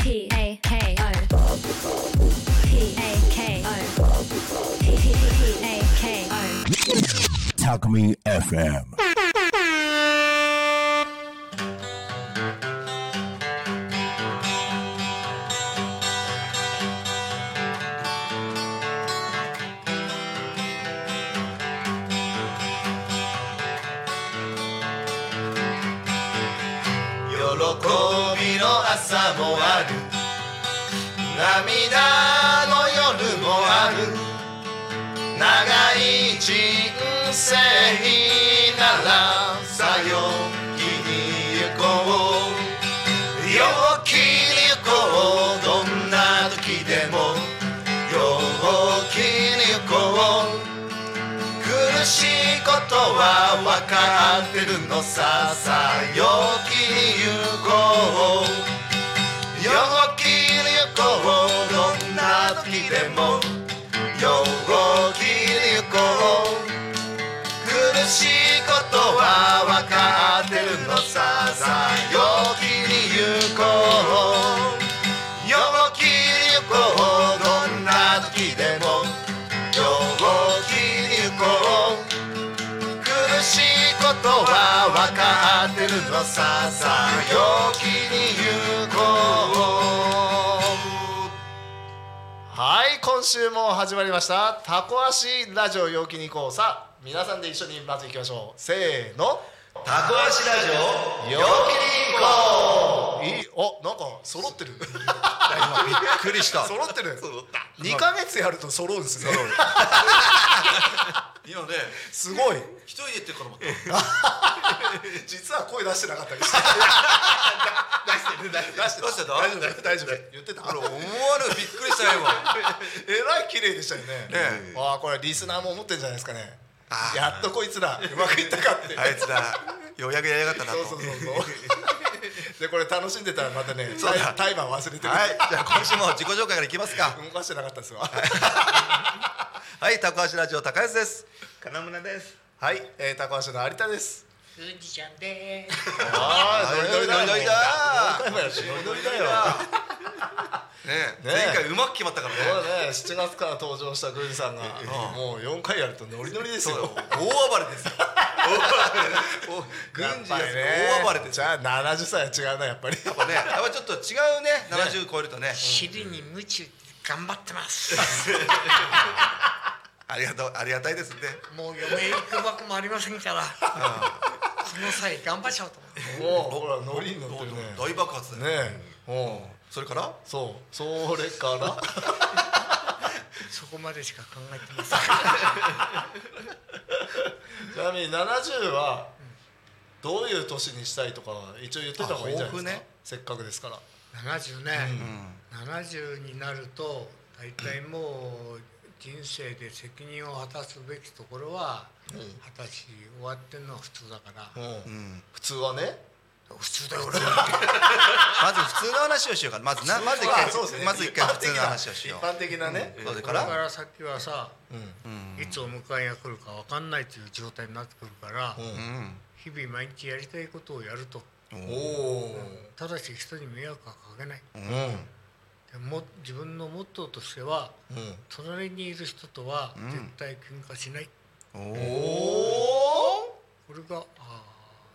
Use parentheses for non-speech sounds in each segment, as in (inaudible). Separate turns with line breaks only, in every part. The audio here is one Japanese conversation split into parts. P A K O. P A K O. P A K O.
Takumi FM.
喜びの朝もある涙の夜もある長い人生ならさよきに行こう陽気に行こうどんな時でも陽気に行こう苦しいことはわかってるのささ陽気に行こう陽気に行こうどんな時でも陽気に行こう苦しいことはわかってるのささ陽気に行こう陽気に行こうどんな時でも陽気に行こう苦しいことは分かってるのささ陽気に行こうはい今週も始まりました「タコ足ラジオ陽気に行こう」さあ皆さんで一緒にまず行きましょうせーのタコ足ラジオ陽気に行こういいおなんか揃ってる
びっくりした
揃ってる
揃った
2ヶ月やると揃うんですね
今ね
すごい (laughs)
一人で言ってるかと思った出し
実は声出してなかったりして
て (laughs) る出して出してた
大丈夫大丈夫言ってた
俺思わぬびっくりしたよ (laughs) 今
えらい綺麗でしたよね
ねえ
わあこれリスナーも思ってんじゃないですかねやっとこいつらうまくいったかって
あいつだようやくやりやがったな
(laughs)
と
そうそうそうそうでこれ楽しんでたらまたねタイタイマー忘れてる、
はいじゃあ今週も自己紹介からいきますか
動かしてなかったですわ
はいタコ足ラジオ高安です
金村です。
はい、えー、高橋の有田です
富士ちゃんでーす。
あ
ーノリノリだ
ノリノリだノリノリだよ
ね
ね
前回うまく決まったから
そう
ね
だね7月から登場した郡司さんがもう4回やるとノリノリですよ
大暴れですよ大暴れ軍
やっ
事
ぱ
や
りね
大暴れです
じ
よ
ゃあ70歳は違うなやっぱり
やっぱねやっぱちょっと違うね70超えるとね
昼に夢中で頑張って
(laughs)
ます。
ありがとうありがたいですね
もう嫁行くばくもありませんから。その際頑張っちゃおうと思って。
もうほらノリに乗ってるね
大爆発だよ
ねえもう
それから
そうそれから
(laughs)
そこまでしか考えてません。
ちなみに70はどういう年にしたいとかは一応言ってた方がいいんじゃないですか、
あ抱負ね
せっかくですから
七十ね。七十になると大体もう人生で責任を果たすべきところは二十歳終わってんのは普通だから。
う
うんん
普通はね
普通だよ。
まず普通の話をしようかまずなまず一回
あそうですね
まず一回普通の話をしよ
一
う
般的なね、
それ
こ
か
れ
ら
から先はさ。
うん
うん
いつお迎えが来るかわかんないという状態になってくるから、
うん
日々毎日やりたいことをやると
おお
ただし人に迷惑はかけない
うんうん
でも自分のモットーとしては隣にいる人とは
うん
絶対喧嘩しない、
お
お
ー
お
これがあー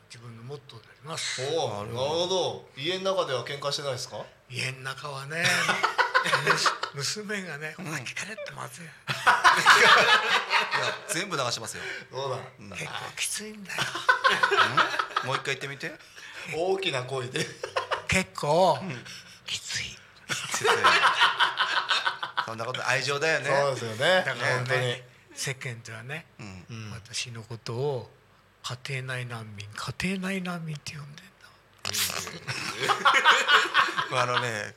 自分のモットーであります
お
な
ーな
る
る
ほ
ほ
ど
ど家の中では喧嘩してないですか
家の中はねむ娘がね「お前聞かれってまずい
いや全部流しますよ
どうだ、
結構きついんだよ
もう一回言って
(laughs)
みて
大きな声で
結構きつい
そんなこと愛情だよね
そうですよね
だから
本当に、
ね世間ではね
うん
うん
私のことを家庭内難民家庭内難民って呼んでんだ
あのね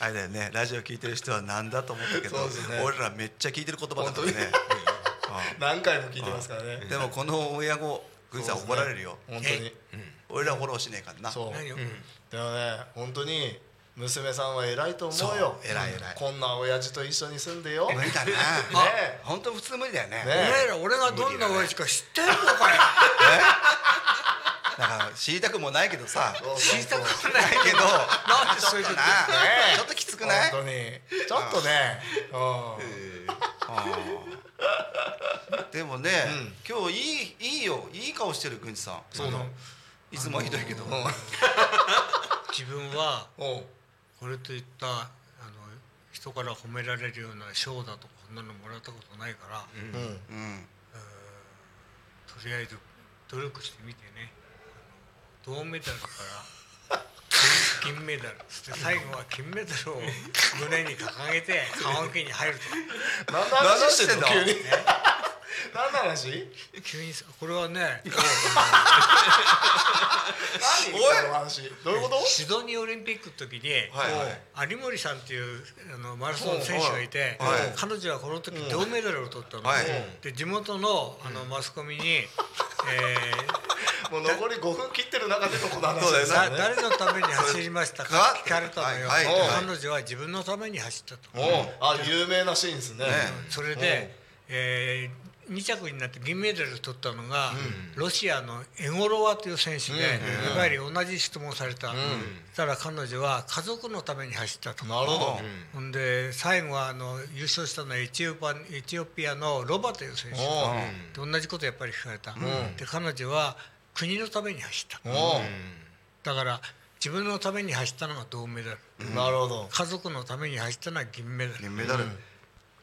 あれだよねラジオ聞いてる人はなんだと思ったけど
そうですね
俺らめっちゃ聞いてる言葉だからね
何回も聞いてますからね
うんでもこの親子グリさん怒られるよ
本当に
俺らフォローしねえからな
そう
何を、
でもね本当に娘さんは偉いと思うよ
そう偉い偉い
こんな親父と一緒に住んでよ
無理だな
(laughs) ね
本当普通無理だよ
ね
ね
お前ら俺がどんな親父か知ってんのかよ
だから知りたくもないけどさ
そうそう
知りたくもない
ないけど
なんでそういうこと
ちょっとな
っとね、うん
でもね、今日いいいいよいい顔してる郡司さん
そうなの
いつもひどいけど、
自分は
おう
これといったあの人から褒められるような賞だとかそんなのもらったことないから、
うん
とりあえず努力してみてねあの銅メダルから (laughs) 金金メダルそして最後は金メダルを
(laughs)
胸に掲げて棺桶に入る
何の
何
話
し
してて
ん
ん
の
の急に何の話
と急にさこれ
(laughs)
はね
何
おい
この話どういうこと
シドニーオリンピックの時に、
はいはい
有森さんっていうあのマラソンの選手がいて、
はいはい
彼女はこの時銅メダルを取ったの、
はい
で地元のあのマスコミ
(laughs)
に、え
もう残り5分切ってる中でのこの話
そうだ
ー
よ
だ
ね
誰のために走りましたか
か
聞かれたの
(laughs)
よ、
はいはいはい
彼女は自分のために走ったと、
おうあ有名なシーンですね
それで、え2着になって銀メダルを取ったのが、ロシアのエゴロワという選手で、やはり同じ質問をされた、そしたら彼女は家族のために走ったと。
なるほど
ほんで最後はあの優勝したのはエチオパエチオピアのロバという選手で
おう
同じことやっぱり聞かれた、で彼女は国のために走った、
おう
だから自分のために走ったのが銅メダル
なるほど
家族のために走ったのは銀メダル、
銀メダル、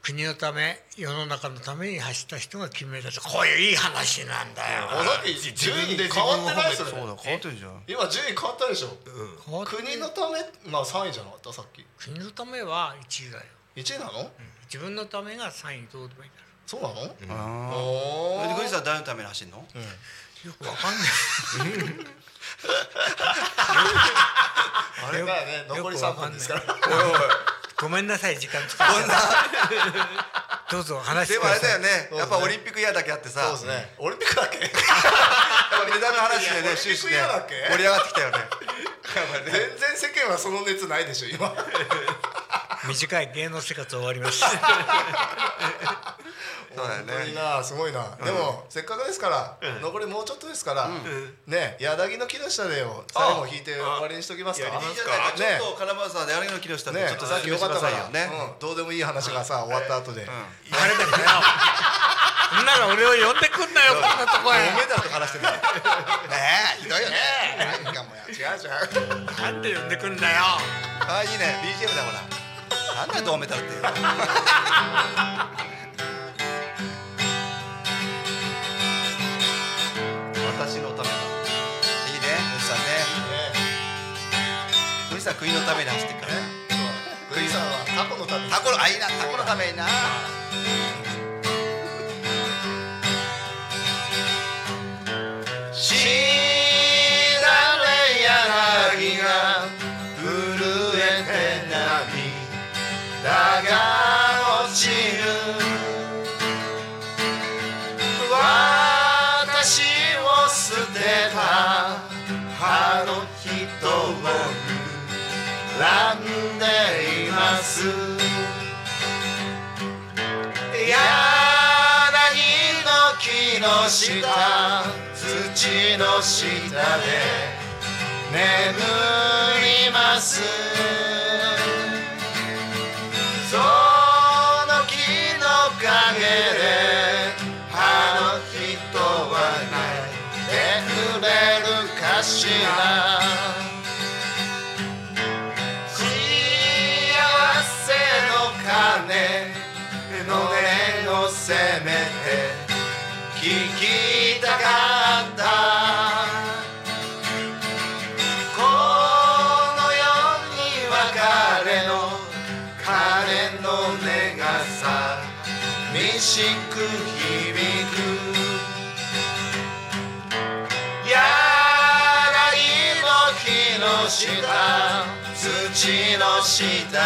国のため世の中のために走った人が金メダルこういういい話なんだよ
あだって順位変わってないっすよね
そうだ変わってんじゃん
今順位変わったでしょ
変わって
国のためまあ3位じゃなかったさっき
国のためは1位だよ
1位なの
自分のためが3位銅メダル
そうなの
あ
お
あ
ー
で郡司さん誰のために走るの、
よくわかんない
あれだよね残り3分ですから
ごめんなさい時間使って
こんな
どうぞ話し
で
て
も
く
あ
だ
れだ
さ
よ
い
ねやっぱオリンピック嫌だけあってさ
そうですねオリンピックだっ
(laughs)
け
やっぱメダルの話で
いやオリンピッ
ね
ク
終始ね
嫌だっけ
盛り上がってきたよね
全然世間はその熱ないでしょ今
短い芸能生活終わりま (laughs) した
(laughs) そ
(laughs)
うだよ
本当に
ね
なすごいな、でもせっかくですから、残りもうちょっとですから、ね柳の木の下でよ最後引いて終わりにしときますか
いいじゃないかちょっと金丸さんで柳の木の下で
ね
ちょ
ね
っと
さっきよ
説
か
明
った
して
か
く
ら、
ださいよね
うん、どうでもいい話がさ終わった後で、
誰だよそんなの俺を呼んでくんなよこんなとこ
メ
(laughs)
ダルと話してる
ねえひどいよね何かもうや違う違う
へなんで呼んでくんだよ
ああいいね BGM だほらなんだよ銅メ (laughs) ダルっていう私のためだいいね富士山ね富士山国のために走ってるからね
グリさんはタコのために
タコのあいいなタコのためにな
知られ柳が震えて涙が落ちる私を捨てたあの人を恨んでいます柳の木の下土の下で眠りますその木の陰であの人は泣いてくれるかしら幸せの鐘の音をせめて聞きたかったこの世には彼の彼の音がさ寂しく響く柳の木の下土の下で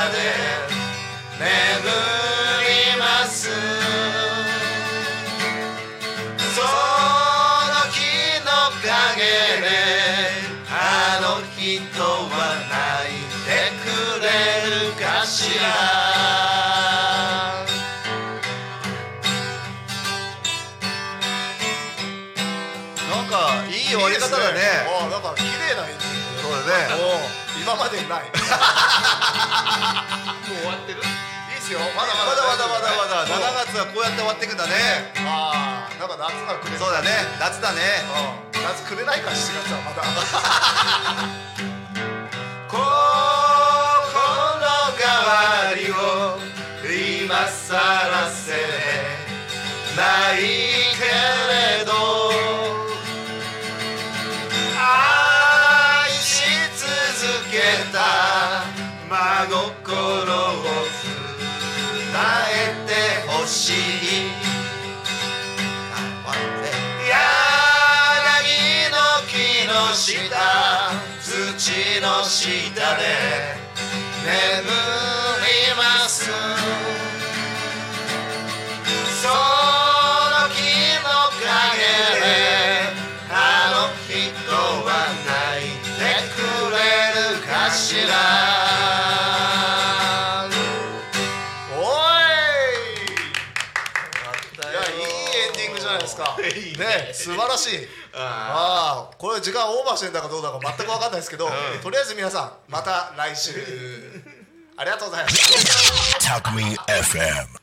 眠りますその木の陰であの人は泣いてくれるかしら
なんかいい終わり方だね
あなんか綺麗な演技
そうだね
今までにないもう終わってるですよ
まだまだ
まだまだ
そう
7月はこうやって終わっていくんだね
ああなんか夏からくれる
そうだね夏だね
うん夏くれないから7月はまだ
心変わりを今さらせないけれど愛し続けた真心を伝えてほしい柳の木の下土の下で眠りますその木の陰であの人は泣いてくれるかしら
おいい
いや
やいいエンディングじゃ (laughs) ないですかね素晴らしいああこれ時間オーバーしてんだかどうだか全く分かんないですけど、とりあえず皆さんまた来週ありがとうございます
Talk Me FM.